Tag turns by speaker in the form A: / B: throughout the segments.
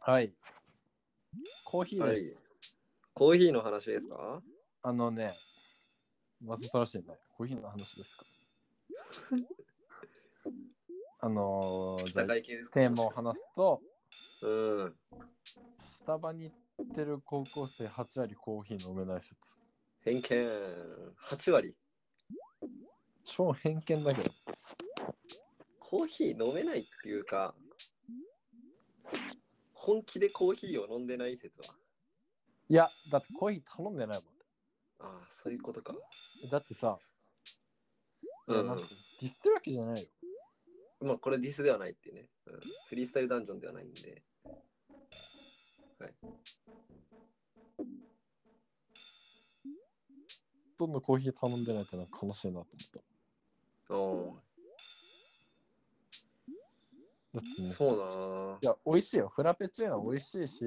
A: はい。コーヒーです。
B: コーヒーの話ですか
A: あのね、わざとらしいね。コーヒーの話ですか。あのー、じゃあ
B: 社会系ですか
A: テーマを話すと、
B: うん。
A: スタバに行ってる高校生8割コーヒー飲めない説。
B: 偏見。8割。
A: 超偏見だけど。
B: コーヒー飲めないっていうか、本気でコーヒーを飲んでない説は。
A: いや、だってコーヒー頼んでない
B: ああ、そういうことか。
A: もん。だってさ、いや
B: うん
A: なんていうのディスってるわけじゃないよ。
B: まあ、これディスではないってね、うん。フリースタイルダンジョンではないんで。
A: どんどんコーヒー頼んでないってなんか悲しいなと思った。
B: お
A: だって
B: ー
A: ね、
B: そうなー
A: いや、美味しいよ。フラペチーノは美味しいし、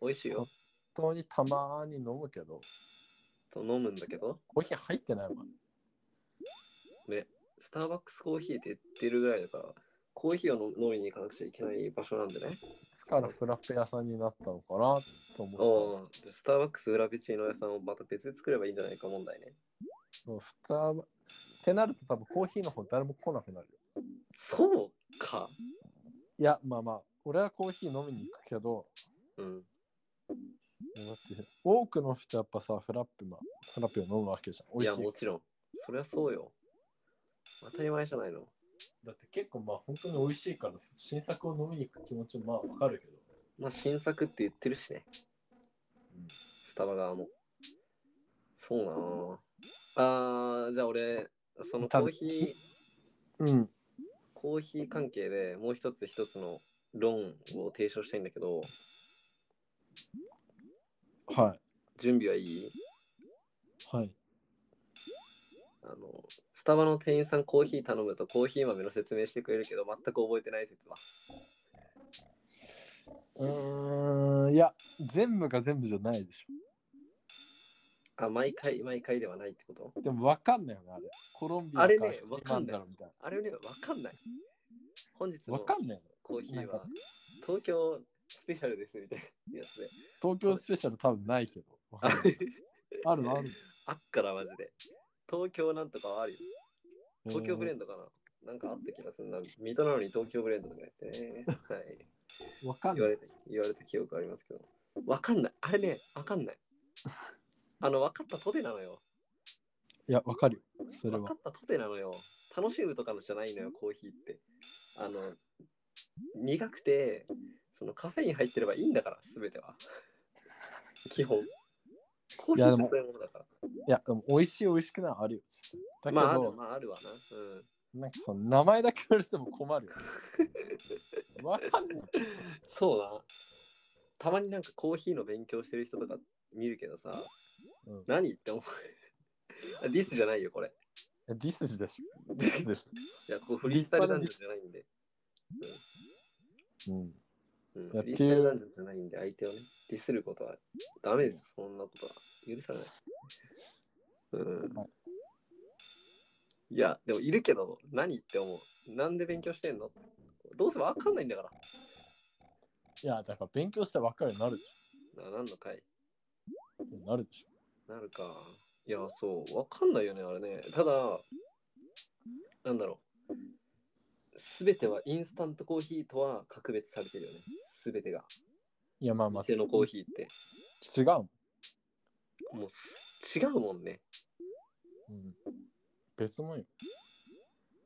B: 美味しいよ。
A: 本当にたまーに飲むけど、
B: と飲むんだけど、
A: コーヒー入ってないもん。
B: スターバックスコーヒーって言ってるぐらいだから、コーヒーを飲飲みに行かなくちゃいけない場所なんでね。
A: つからフラペ屋さんになったのかなと思っ
B: おースターバックス裏ペチーノ屋さんをまた別で作ればいいんじゃないか問題ね。
A: た。そう、ふた、ってなると多分コーヒーの方誰も来なくなるよ。
B: そうか。
A: いや、まあまあ、俺はコーヒー飲みに行くけど、
B: うん。
A: だって多くの人やっぱさ、フラッペ、まあ、フラッペを飲むわけじゃん。
B: い
A: 美
B: や、
A: 味しい。
B: もちろん。そりゃそうよ。当たり前じゃないの。
A: だって結構まあ本当に美味しいから、新作を飲みに行く気持ちもまあわかるけど。
B: まあ、新作って言ってるしね。スタバ側も。そうなの。あー、じゃあ俺、そのコーヒー、
A: うん。
B: コーヒー関係でもう一つ一つの論を提唱したいんだけど、
A: は
B: 準備はいい
A: い。はい。
B: あの、スタバの店員さんコーヒー頼むとコーヒー豆の説明してくれるけど、全く覚えてない説は。
A: うーん、いや、全部が全部じゃないでし
B: あ、毎回毎回ではないってこと
A: ょ。でもわかんないよね、あれ。コロンビア
B: あれね
A: キリ
B: わかん
A: マン
B: ない
A: ジャロみたいな。
B: あれね、わかんない。本日
A: わ
B: の
A: かんないよ。
B: コーヒー
A: なんか
B: は東京スペシャルですみたいなやつで。
A: 東京スペシャル多分ないけど。わかん
B: あ
A: ないあるのあるの。
B: あっからマジで。東京なんとかはあるよ。東京ブレ
A: ン
B: ンドかな、なんかあった気がするな。水戸なのに東京ブレンドとかやってね。はい。
A: ド。わかん
B: 言
A: な
B: わ
A: い。
B: れた、言われた記憶ありますけど。わかんない。あれね、わかんない。あの、分かったとてなのよ。
A: いや、わかるよ。それ
B: 分
A: は
B: か。ったとてなのよ。楽しむとかのじゃないのよ、コーヒーって。あの、苦くて、そのカフェイン入ってればいいんだから、すべて は。基本。コーヒ
A: いやで
B: ーって
A: も
B: そういうものだから。
A: いや、でも美味しい美味しくないあるよ。実際だけ
B: まあ、あ
A: ど、
B: る、まあ、あるわな。うん。
A: なんかその名前だけ言われても困るよ。 わかんない。
B: そうな。たまになんかコーヒーの勉強してる人とか見るけどさ、
A: うん
B: 何って思う。あディスじゃないよ、これ。
A: ディスジでしょ。ディスで
B: いや、こうフリースタイルダンジョンじゃないんで。
A: しょ。うん。
B: うん、
A: や
B: フ
A: ってい
B: リ
A: う
B: ースタイルダンジョンじゃないんで、相手をね、ディスることはダメですよ、そんなことは。許されない。うん
A: はい。
B: いや、でもいるけど、何って思う。なんで勉強してんのどうせわかんないんだから。
A: いや、だから勉強してわかるようになるでし
B: ななんのかい
A: ょ。なるでしょ。
B: なるか。いや、そう、わかんないよね、あれね。ただ、なんだろう。すべてはインスタントコーヒーとは格別されてるよね。すべてが。
A: いや、まあまあ、
B: 店のコーヒーって。
A: 違うもん。
B: もうす違うもんね。
A: うん。別もんよ。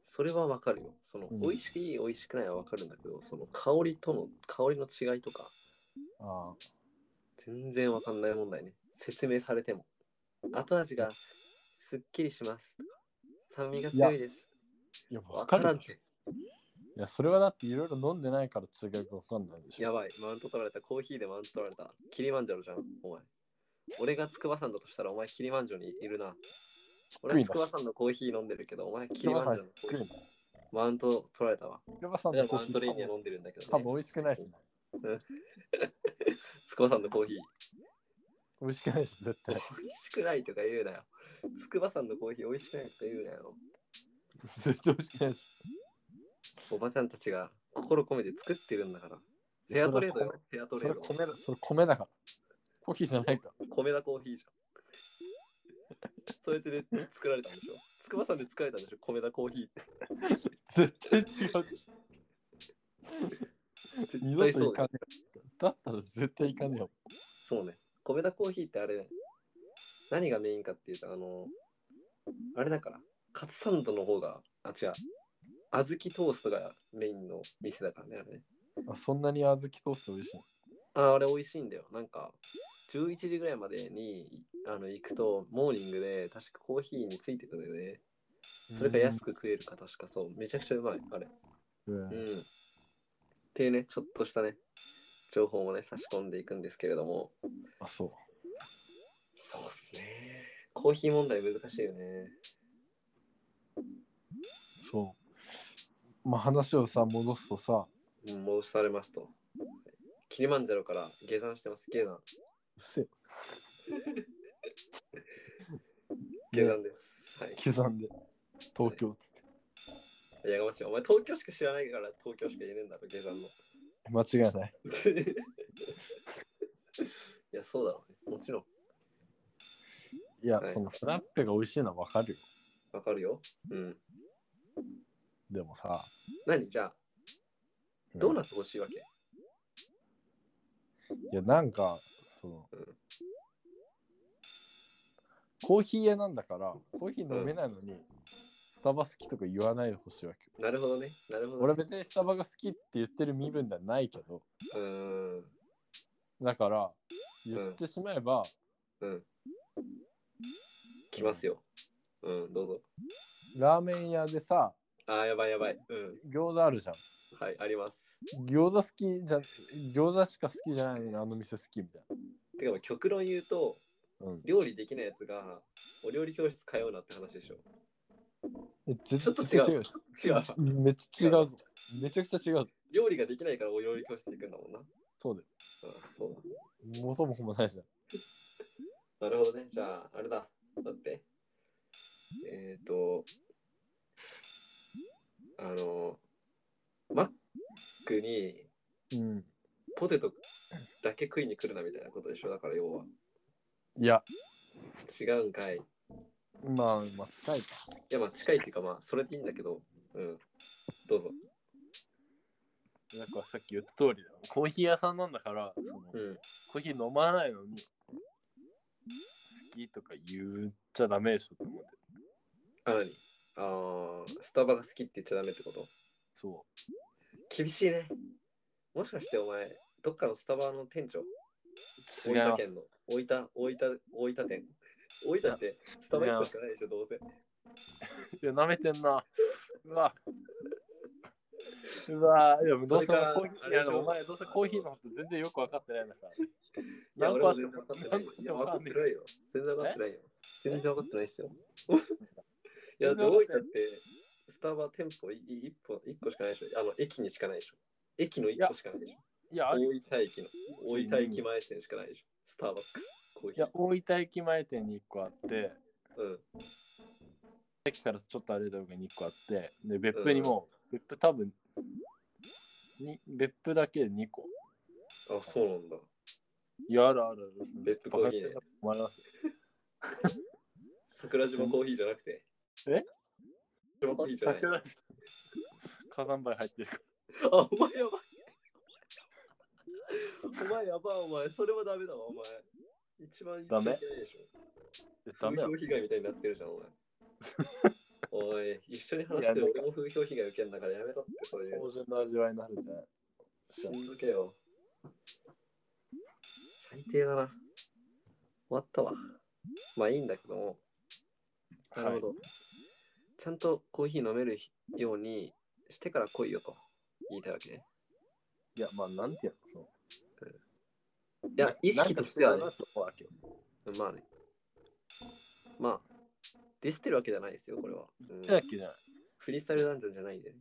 B: それはわかるよ。その、
A: うん
B: 美味しい、美味しくないはわかるんだけど、その香りとの、香りの違いとか、
A: ああ。
B: 全然わかんない問題ね。説明されても。後味がすっきりします。酸味が強いです。
A: いや、わ
B: わ
A: か
B: か
A: る
B: ら
A: で
B: ん
A: しょ。
B: て。
A: いや、それはだっていろいろ飲んでないから違うかわかんないでしょ。
B: やばい、マウント取られた。コーヒーでマウント取られた。キリマンジャロじゃん、お前。俺が筑波山だとしたら、お前キリマンジャロにいるな。俺
A: 低いな
B: は筑波山のコーヒー飲んでるけど、お前キ
A: キ
B: リ
A: リ
B: マ
A: マ
B: ン
A: ン
B: ジ
A: ジ
B: ャ
A: ャロ
B: ロの
A: の
B: コ
A: コ
B: ー
A: ー
B: ヒ
A: ヒ
B: ーマウント取られたわ。
A: キラバさん
B: 俺
A: の
B: は
A: コー
B: マウ
A: ヒ
B: ントレーニ
A: ー
B: ア飲んでるんだけど、
A: 多
B: ね
A: 分。美味しくないしね。
B: 筑波山のコーヒー。
A: 美味しくないし、絶 対。
B: 美味しくないとか言うなよ。筑波山のコーヒー美味しくないとか言うなよ。
A: 絶対美味しくないし。
B: おばちゃんたちが心込めて作ってるんだから。フェアトレードよ。フェアト
A: そ
B: レ
A: れ
B: ー
A: は
B: ド。
A: 米だ、それ米だから。コーヒーじゃないから。
B: 米田コーヒーじゃん。それで作られたんでしょ。筑波山で作られたんでしょ。米田コーヒーって。
A: 絶対違うでしょ。二度
B: 絶対
A: と
B: そ
A: いうか
B: ね
A: ね。えよ。だったら絶対いかねえよ。
B: そうね。米田コーヒーってあれ、何がメインかっていうと、あの、あれだから、カツサンドの方が、あ、違う。小豆トーストがメインの店だからね、あれね。
A: あそんなに小豆トースト美味しい。
B: ああれ美味しいんだよ。なんか、11時ぐらいまでにあの行くと、モーニングで確かコーヒーについてくるよね。それが安く食えるか確かそう。めちゃくちゃうまい、あれ。
A: うん。
B: うん。っていうね、ちょっとしたね、情報もね、差し込んでいくんですけれども。
A: あ、そう。
B: そうっすね。コーヒー問題難しいよね。
A: そう。まあ話をさ、戻すとさ、
B: うん戻されますと。キリマンジャロから下山してます。下山。
A: うっせえ。
B: 下山です。はい。
A: 刻んで、東京っつって。
B: やがましい。お前東京しか知らないから東京しか言えねえんだろ、下山の。
A: 間違いない。
B: いや、そうだろうね。もちろん。
A: いや、
B: はい
A: そのフラッペが美味しいのはわかるよ。
B: わかるよ。うん。
A: でもさ、
B: 何じゃあ、
A: うん
B: どうなってほしいわけ
A: いや、なんか、その、
B: うん
A: コーヒー屋なんだから、コーヒー飲めないのに、スタバ好きとか言わないでほしいわけよ。
B: なるほどね。なるほど、
A: 俺
B: ね。
A: 別にスタバが好きって言ってる身分ではないけど、
B: うーん。
A: だから、言ってしまえば、
B: うん。来ますよ。うん、どうぞ。
A: ラーメン屋でさ、
B: あー、やばいやばい。うん。
A: 餃子あるじゃん。
B: はい、あります。
A: 餃子好きじゃ、餃子しか好きじゃないのにあの店好きみたいな。
B: てか、まあ極論言うと、
A: うん。
B: 料理できないやつが、お料理教室通うなって話でしょ。
A: え全
B: ちょっと
A: 然違う。
B: 違う。
A: めっちゃ違うぞ。めちゃくちゃ違うぞ。
B: 料理ができないからお料理教室行くんだもんな。うん、
A: そうだよ。
B: そう
A: 元も子もないじゃん。
B: だ。なるほどね。じゃあ、あれだ。だって。えっ、ー、と、あの、マックに
A: うん。
B: ポテトだけ食いに来るなみたいなことでしょ。だから要は。
A: いや、
B: 違うんかい。い
A: まあ、まあ、近いか。
B: や、まあ近いっていうか、まあそれでいいんだけど。うん。どうぞ。
A: なんかさっき言った通りだよ。コーヒー屋さんなんだから、その
B: うん。
A: コーヒー飲まないのに、好きとか言っちゃダメでしょって思って。
B: あ、なにあースタバが好きって言っちゃダメってこと
A: そ
B: 厳しいね。もしかしてお前、どっかのスタバの店長
A: う。
B: 大
A: 違い
B: 分
A: ます。
B: 県の大分、大分、大分店。大分ってスタバ1個しかないでしょ、どうせ。
A: いや、舐めてんな。うわ。うわいやどうせコーヒ
B: それから
A: ーいやでも
B: あれでしょ
A: お前どうせコーヒーのこと全然よく分かってないんだから。
B: いや、
A: 何
B: 俺
A: 個あっ
B: も
A: て
B: 全
A: も
B: 然分かってない
A: 何
B: よ
A: 個。
B: いや、
A: あ
B: 分か
A: っも
B: っててないよ。全然分かってないよ。全然分かってないっすよ。いや、
A: 全然
B: だって
A: わ
B: 大
A: か
B: 分
A: ってない
B: ってスタバ店舗いい一本一個しかないでしょ。あの、駅にしかないでしょ。駅の1個しかないでしょ。
A: いや、あ
B: 大
A: るよ
B: 分駅の、大分駅前店しかないでしょ。スターバックス、コー
A: い
B: ヒー
A: や。大分駅前店に1個あって、
B: うん。
A: 駅からちょっと歩いたとこに1個あって、で、別府にも、別府多分、に別府だけで2個。
B: あ、そうなんだ。
A: いや、あるあるある。
B: 別府コーヒー
A: バカにして
B: ね
A: たと思いますよ
B: 桜島コーヒーじゃなくて。
A: え
B: 桜島コーヒーじゃない。
A: 桜島火山灰入ってるか
B: あ、お前やばい。お前やばい、お前。それはダメだわ、お前。一番言っちゃいけないでしょ。
A: ら。ダメだ。
B: 風評被害みたいになってるじゃん、お前。おい、一緒に話してる俺も風評被害受けんだからやめろって、そういう
A: 芳。醇な味わいになるじゃない。
B: しんどけよ。最低だな。終わったわ。まあいいんだけども。なるほど。ちゃんとコーヒー飲めるようにしてから来いよと言いたいわけね。
A: いや、まあ、なんていうのその
B: いや、意識としてはね
A: なんか。そうだなと思うわけよ
B: まあね。まあ、ディスってるわけじゃないですよ、これは。うん
A: 手だけじゃない。
B: フリースタイルダンジョンじゃないんでね。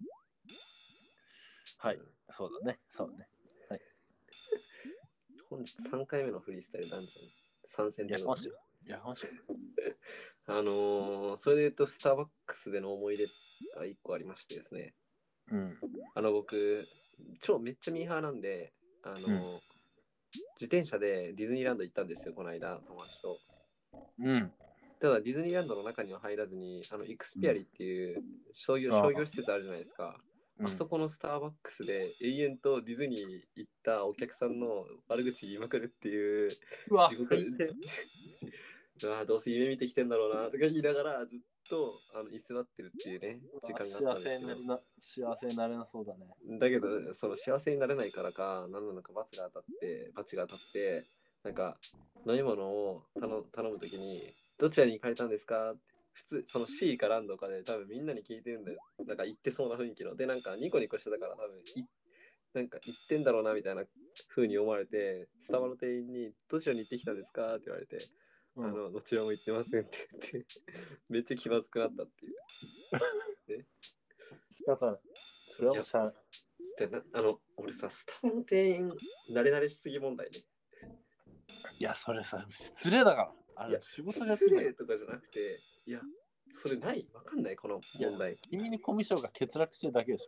A: はい、そうだね。そうだね。
B: 本日3回目のフリースタイルダンジョン。参戦
A: や
B: で
A: か
B: の
A: ましい。やかましい。
B: あのーそれで言うとスターバックスでの思い出が一個ありましてですね
A: うん。
B: あの僕超めっちゃミーハーなんであのー
A: うん
B: 自転車でディズニーランド行ったんですよこの間友達と
A: うん。
B: ただディズニーランドの中には入らずにあのイクスピアリっていう商業
A: ああ
B: 商業施設あるじゃないですか
A: うん
B: あそこのスターバックスで永遠とディズニー行ったお客さんの悪口言いまくるっていう
A: うわ、
B: 地
A: 最
B: 獄
A: 低。
B: うわどうせ夢見てきてんだろうなとか言いながらずっとあの居座ってるっていうね
A: うわ
B: 時間があ
A: 幸
B: ったんで
A: せ
B: す
A: に
B: け
A: な
B: ど
A: るな、幸せになれなそうだね。
B: だけどその幸せになれないからか何なのか罰が当たって罰が当たってなんか飲み物を頼頼む時に「どちらに行かれたんですか?」って普通その C かランドかで多分みんなに聞いてるんだよなんか言ってそうな雰囲気のでなんかニコニコしてたから多分いなんか言ってんだろうなみたいな風に思われてスタバの店員に「どちらに行ってきたんですか?」って言われて
A: うん
B: あのどちらも行ってませんって言って めっちゃ気まずくなったっていう。
A: 仕方ない。それはもうしゃあ
B: でなあの俺さスタバの店員慣れ慣れしすぎ問題ね。
A: いや、それさ、失礼だから。あ
B: い
A: れ
B: や、
A: 仕事やって
B: 失
A: る
B: 礼とかじゃなくていやそれないわかんないこの問題。
A: 君にコミュ障が欠落してるだけでしょ。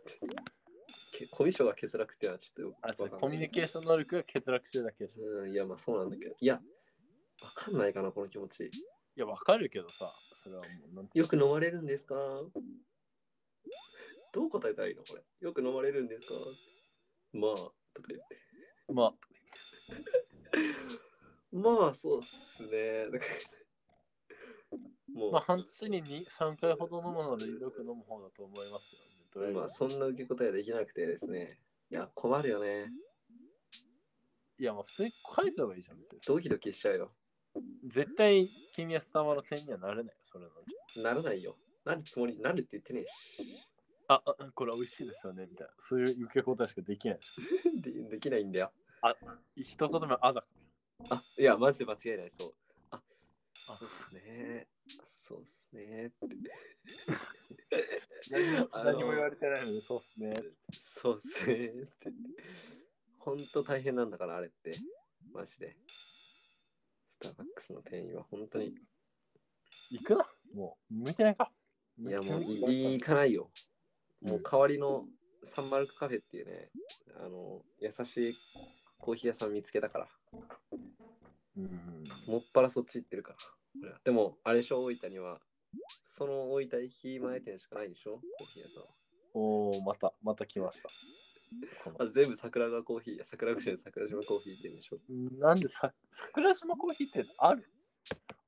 B: けコミュ障が欠落っていうのはちょっと
A: あ
B: わ
A: そうん
B: かない
A: コミュニケーション能力が欠落してるだけでしょ。い
B: うんいやまあそうなんだけどいやわかんないかなこの気持ち。
A: や、わかるけどさ、それはもう、なんていう
B: よく飲まれるんですかどう答えたらいいのこれ。よく飲まれるんですかまあとか言って。
A: のまあ、
B: まあそうっすね。だからもう
A: まあ、半年に2 3回ほど飲むので、よく飲む方だと思いますよ。どれぐ
B: ま
A: ら
B: あ
A: い
B: そんな受け答えはできなくてですね。いや、困るよね。
A: いや、まあ、普通に返せばいいじゃん、別に。
B: ドキドキしちゃうよ。
A: 絶対、君はスタバの点にはなれないよ、それなんて
B: ならないよ。なるつもり、なるって言ってねえ
A: あ、あこれ美味しいですよね、みたいな。そういう受け答えしかできない。
B: し。でできないんだよ。
A: 一言目、あだ。
B: あ、いや、マジで間違いない。そう。あ、
A: あ
B: そうっすね。そうっすね。
A: 何も言われてないので、そうっすね。
B: そうっすね。って。ほんと大変なんだから、あれって。マジで。スターバックスの店員は本当に。
A: 行くな。もう、向いてないか。
B: いや、もうい
A: い
B: い行かない
A: う
B: よ。
A: ん
B: もう代わりのサンマルクカフェっていうね、あの、優しいコーヒー屋さん見つけたから、
A: うん。
B: もっぱらそっち行ってるから俺は。でも、あれでしょ、大分には、その大分駅前店しかないでしょ、コーヒー屋さんは。
A: おー、また、また来ました。この
B: あ全部桜川コーヒー、桜川市の桜島コーヒー店でしょ。
A: なんでさ、桜島コーヒーってある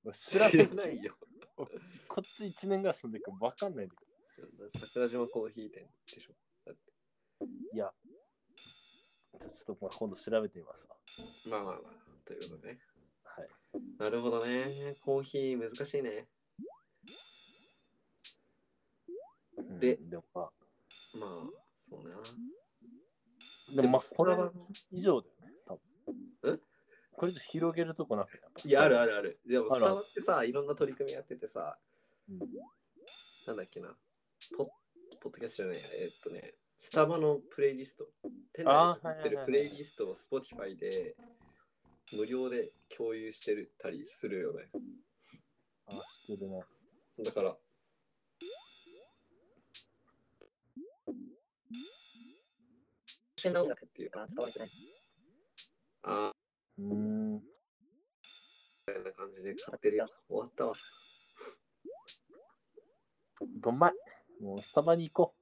A: 俺知
B: 知
A: ら
B: ら
A: ない。
B: ないよ。
A: こっち1年ぐらい住んでるから分かんないんだけ
B: 桜島コーヒー店でしょ。
A: ど。いや、ちょちょっとまあ今度調べてみますわ。
B: まあまあまあ、ということでね。
A: はい。
B: なるほどね。コーヒー難しいね。
A: うん
B: で
A: でもまあ、
B: まあ、そうね。
A: でもまあ
B: スタ
A: これ
B: バの
A: 以上だよね、多分。
B: ん
A: これ以上広げるとこなくて。やっぱ
B: いや、あるあ。るある。でも、
A: あ
B: ス
A: るあ
B: タ
A: る
B: バってさ、いろんな取り組みやっててさ、
A: うん
B: なんだっけな、ポッポッドキャストじゃないや、えーっとね、スタバのプレイリスト、店内
A: あ
B: で
A: ー
B: やってる
A: はいはいはいはい
B: プレイリストを Spotify で無料で共有してるたりするよね。
A: あ、知ってるね。
B: だから、
C: 旬の音楽
B: っていう
C: が伝わってない。
B: あ
A: うーん。
B: ーみたいな感じで買ってるよ。終わったわ。
A: どんまい。もうスタバに行こ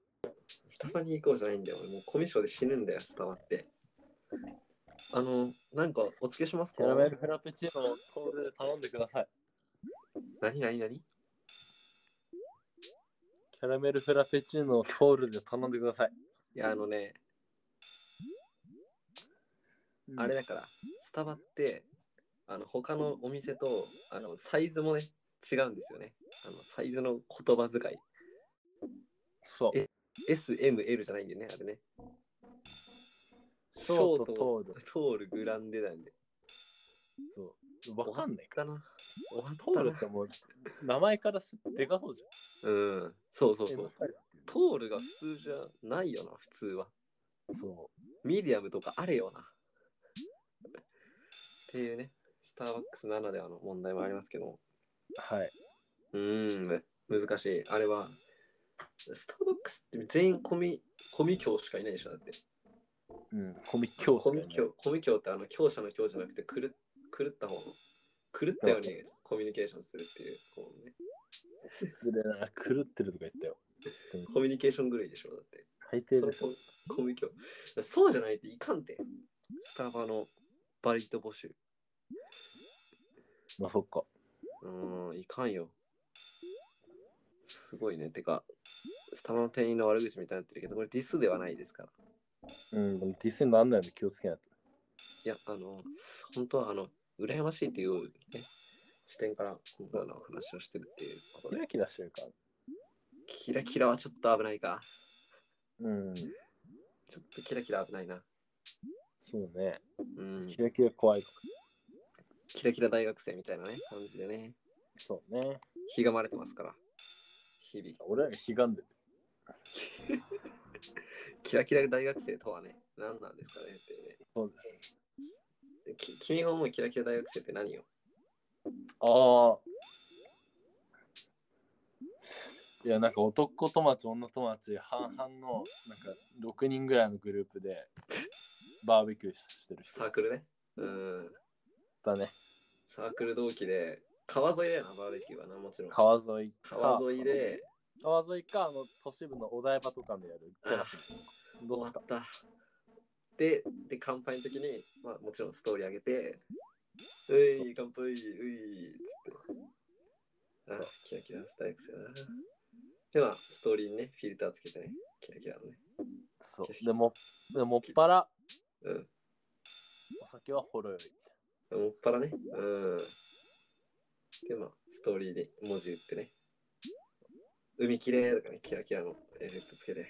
B: スタバに行こうじゃないんだよ。俺もうコミュ障で死ぬんだよ、スタバって。あの、なんか、お付けします
A: う。キ
B: か
A: ャラメルフラペチーノをトールで頼んでください。
B: 何何何
A: キャラメルフラペチーノをトールで頼んでください。
B: いや、あのね、あれだから、スタバって、あの、他のお店と、あの、サイズもね、違うんですよね。あの、サイズの言葉遣い。
A: そう。
B: S、M、L じゃないんでね、あれね。
A: ショート、トール。
B: 通るグランデなんで。
A: そう。わかんないか
B: だな。終わ
A: トール
B: っ
A: ったてもう、名前からしてでかそうじ
B: な。うん。そう
A: ゃ
B: そう
A: ん。
B: そう。
A: M サイズ
B: 通るが普通じゃないよな、普通は。
A: そう。
B: ミディアムとかあれよな。っていうね、スターバックスならではの問題もありますけど、
A: はい。
B: うーん、難しい。あれは、スターバックスって全員コミ、コミ教しかいないでしょ、だって。
A: うん、コミ教師
B: コ
A: だよ
B: ミ
A: ね。
B: 教、コミ教ってあの、教者の教じゃなくて、狂っ狂った方の、狂ったようにコミュニケーションするっていう、こうね、
A: 失礼な、狂ってるとか言ったよ。
B: コミュニケーション狂いでしょ、だって。
A: 最低
B: そ
A: で
B: の
A: しょ。
B: コミュ協そうじゃないっていかんて。スタバのバリット募集。
A: まあそっか。
B: うーん、いかんよ。すごいね。てか、スタバの店員の悪口みたいになってるけど、これディスではないですから。
A: うん、でもディスにならないので気をつけないと。
B: いや、あの、本当は、あの、羨ましいっていう、ね、視点から、このようなお話をしてるっていうこと
A: キ
B: で。
A: ラキラしてるから。
B: キラキラはちょっと危ないか。
A: うん、
B: ちょっとキラキラ危ないな。
A: そうね。
B: うん。
A: キラキラ怖い。
B: キラキラ大学生みたいなね、感じでね。
A: そうね。
B: ひがまれてますから。日々。
A: 俺らが悲願でる。
B: キラキラ大学生とはね、何なんですかねっていうね
A: そうです。
B: き君が思うキラキラ大学生って何よ
A: ああ。いや、なんか男友達、女友達、半々の、なんか6人ぐらいのグループで、バーベキューしてる人
B: サークルね。うん。
A: だね。
B: サークル同期で、川沿いだよな、バーベキューはな、もちろん。
A: 川沿いか。
B: 川沿いで、
A: 川沿いか、あの、都市部のお台場とかでやるテラス。どっ
B: 終わ
A: ちか
B: っ。た。で、で、乾杯の時に、まあ、もちろんストーリー上げて、うい、乾杯、うい、つって。あ、キラキラ大学生だな。で、まあ、ストーリーにね、フィルターつけてね、キラキラのね。
A: そう。でも、でもっぱら、
B: うん。
A: お酒はほろ酔い。
B: もっぱらね。うん。で、まあ、ストーリーで文字打ってね。海きれいとかね、キラキラのエフェクトつけて。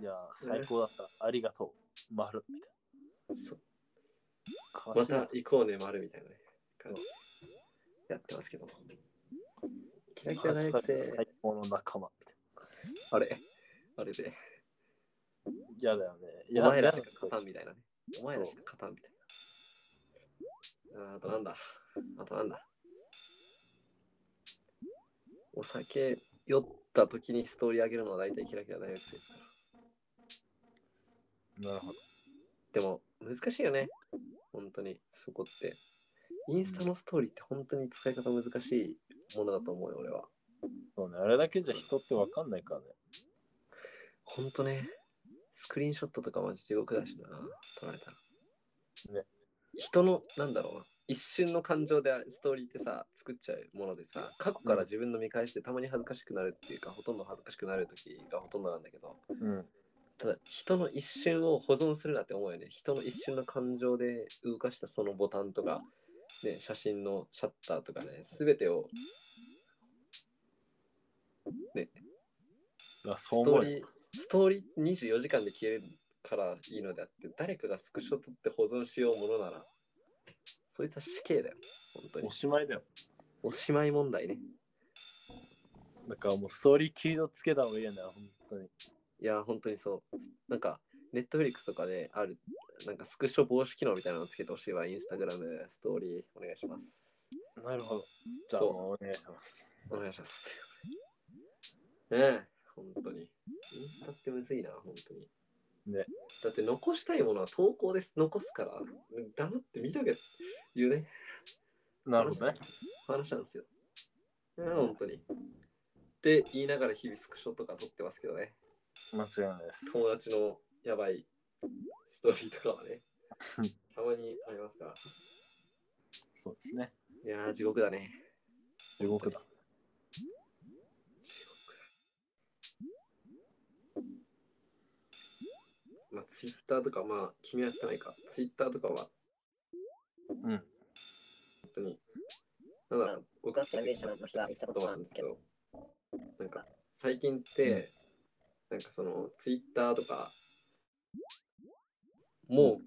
A: いやー、最高だった。ありがとう。丸。みたい
B: そ
A: な。
B: また行こうね、丸みたいなね。感じでやってますけど。キラキラ大
A: 川
B: 学
A: 沿い
B: 生
A: 最。高の仲間。みたい
B: あれあれで。
A: な嫌だよね。い
B: お
A: や
B: 前ら
A: 嫌
B: し
A: だ
B: か勝たんみたいなね。お前らしか勝たんみたいな。あーあとなんだあとなんだお酒酔った時にストーリー上げるのは大体キラキラ大学生ですから。
A: なるほど。
B: でも難しいよね。本当にそこって。インスタのストーリーって本当に使い方難しいものだと思うよ、俺は。
A: そうね。あれだけじゃ人ってわかんないからね。
B: 本当ね。スクリーンショットとかマジ地獄だしな、撮られたら。
A: ね
B: 人の、なんだろうな、一瞬の感情であれストーリーってさ、作っちゃうものでさ、過去から自分の見返してたまに恥ずかしくなるっていうか、ほとんど恥ずかしくなる時がほとんどなんだけど、
A: うん。
B: ただ人の一瞬を保存するなって思うよね人の一瞬の感情で動かしたそのボタンとか、ね、写真のシャッターとかね全てを
A: だから
B: ス
A: そう
B: ト
A: 思
B: ー
A: うよ。
B: リーストーリー24時間で消えるからいいのであって誰かがスクショ取って保存しようものならそいつは死刑だよ本当に
A: おしまいだよ。
B: おしまい問題ね
A: だからもうストーリーキーをつけた方がいいよね。本当に。
B: いや本当にそうなんかネットフリックスとかであるなんかスクショ防止機能みたいなのつけてほしいわインスタグラムストーリーお願いします
A: なるほど。じゃあ、
B: そう
A: お願いします。
B: お願いします。ねえ、本当に。インスタってむずいな、本当に。
A: ね。
B: だって残したいものは投稿です。残すから、黙って見とけっていうね、
A: なるほどね。
B: 話なんですよ。ねえ本当に。って言いながら日々スクショとか撮ってますけどね。
A: 間違いないです。
B: 友達のやばいストーリーとかは ね
A: うん、
B: たまにありますから。
A: そうですね。
B: いやー、地獄だね。
A: 地獄だ。
B: 地獄まあ、ツイッターとか、まあ、君はやってないか。ツイッターとかは、
A: うん。
B: 本当に、なんだろう、僕
C: 僕は宣言者の人は言ってたこと
B: は
C: な
B: なんん
C: で
B: ですす
C: け
B: け
C: ど、
B: ど、なんか、最近って、なんかその、ツイッターとか、も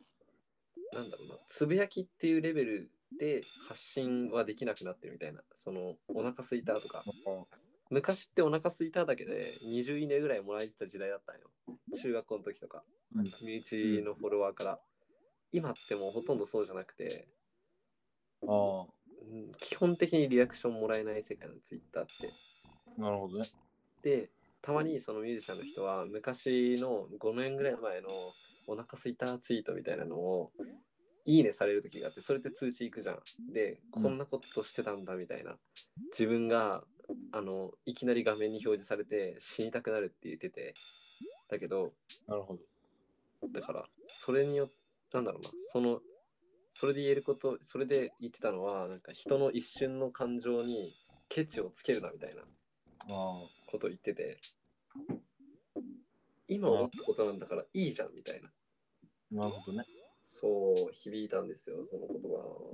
B: う、なんだろうな、つぶやきっていうレベルで発信はできなくなってるみたいな、その、お腹すいたとか、昔ってお腹すいただけで20いいねぐらいもらえてた時代だったんよ。中学校の時とか、
A: うん
B: 身内のフォロワーから。今ってもうほとんどそうじゃなくて、
A: あ
B: うん基本的にリアクションもらえない世界のツイッターって。
A: あ、なるほどね。
B: で、たまにそのミュージシャンの人は昔の5年ぐらい前のお腹すいたツイートみたいなのをいいねされる時があって、それって通知いくじゃん。で、
A: うん
B: こんなことしてたんだみたいな。自分があのいきなり画面に表示されて死にたくなるって言ってて、だけど、
A: なるほど。
B: だから、それによって、なんだろうな、その、それで言えること、それで言ってたのは、なんか人の一瞬の感情にケチをつけるなみたいな
A: あ
B: ことを言ってて、今思ったことなんだからいいじゃんみたいな。
A: あ、なるほどね。
B: そう、響いたんですよ、その言葉。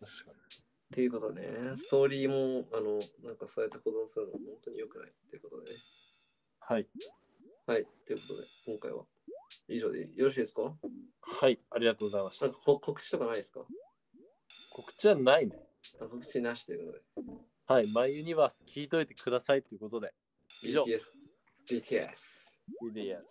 A: 確かに。
B: っていうことね、ストーリーも、あの、なんかそうやって保存するの本当に良くないっていうことでね。
A: はい。
B: はい、ということで、今回は以上でよろしいですかなん
A: はい、ありがとうございました。
B: かこ告知とかないですか
A: 告知はないね。
B: あ告知なしということで。
A: はい、マイユニバース聞いといてくださいということで。以上、
B: BTS。BTS。
A: BDS。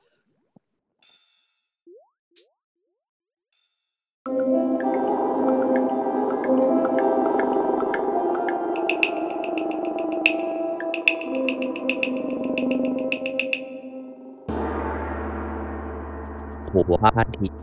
D: 我爱你。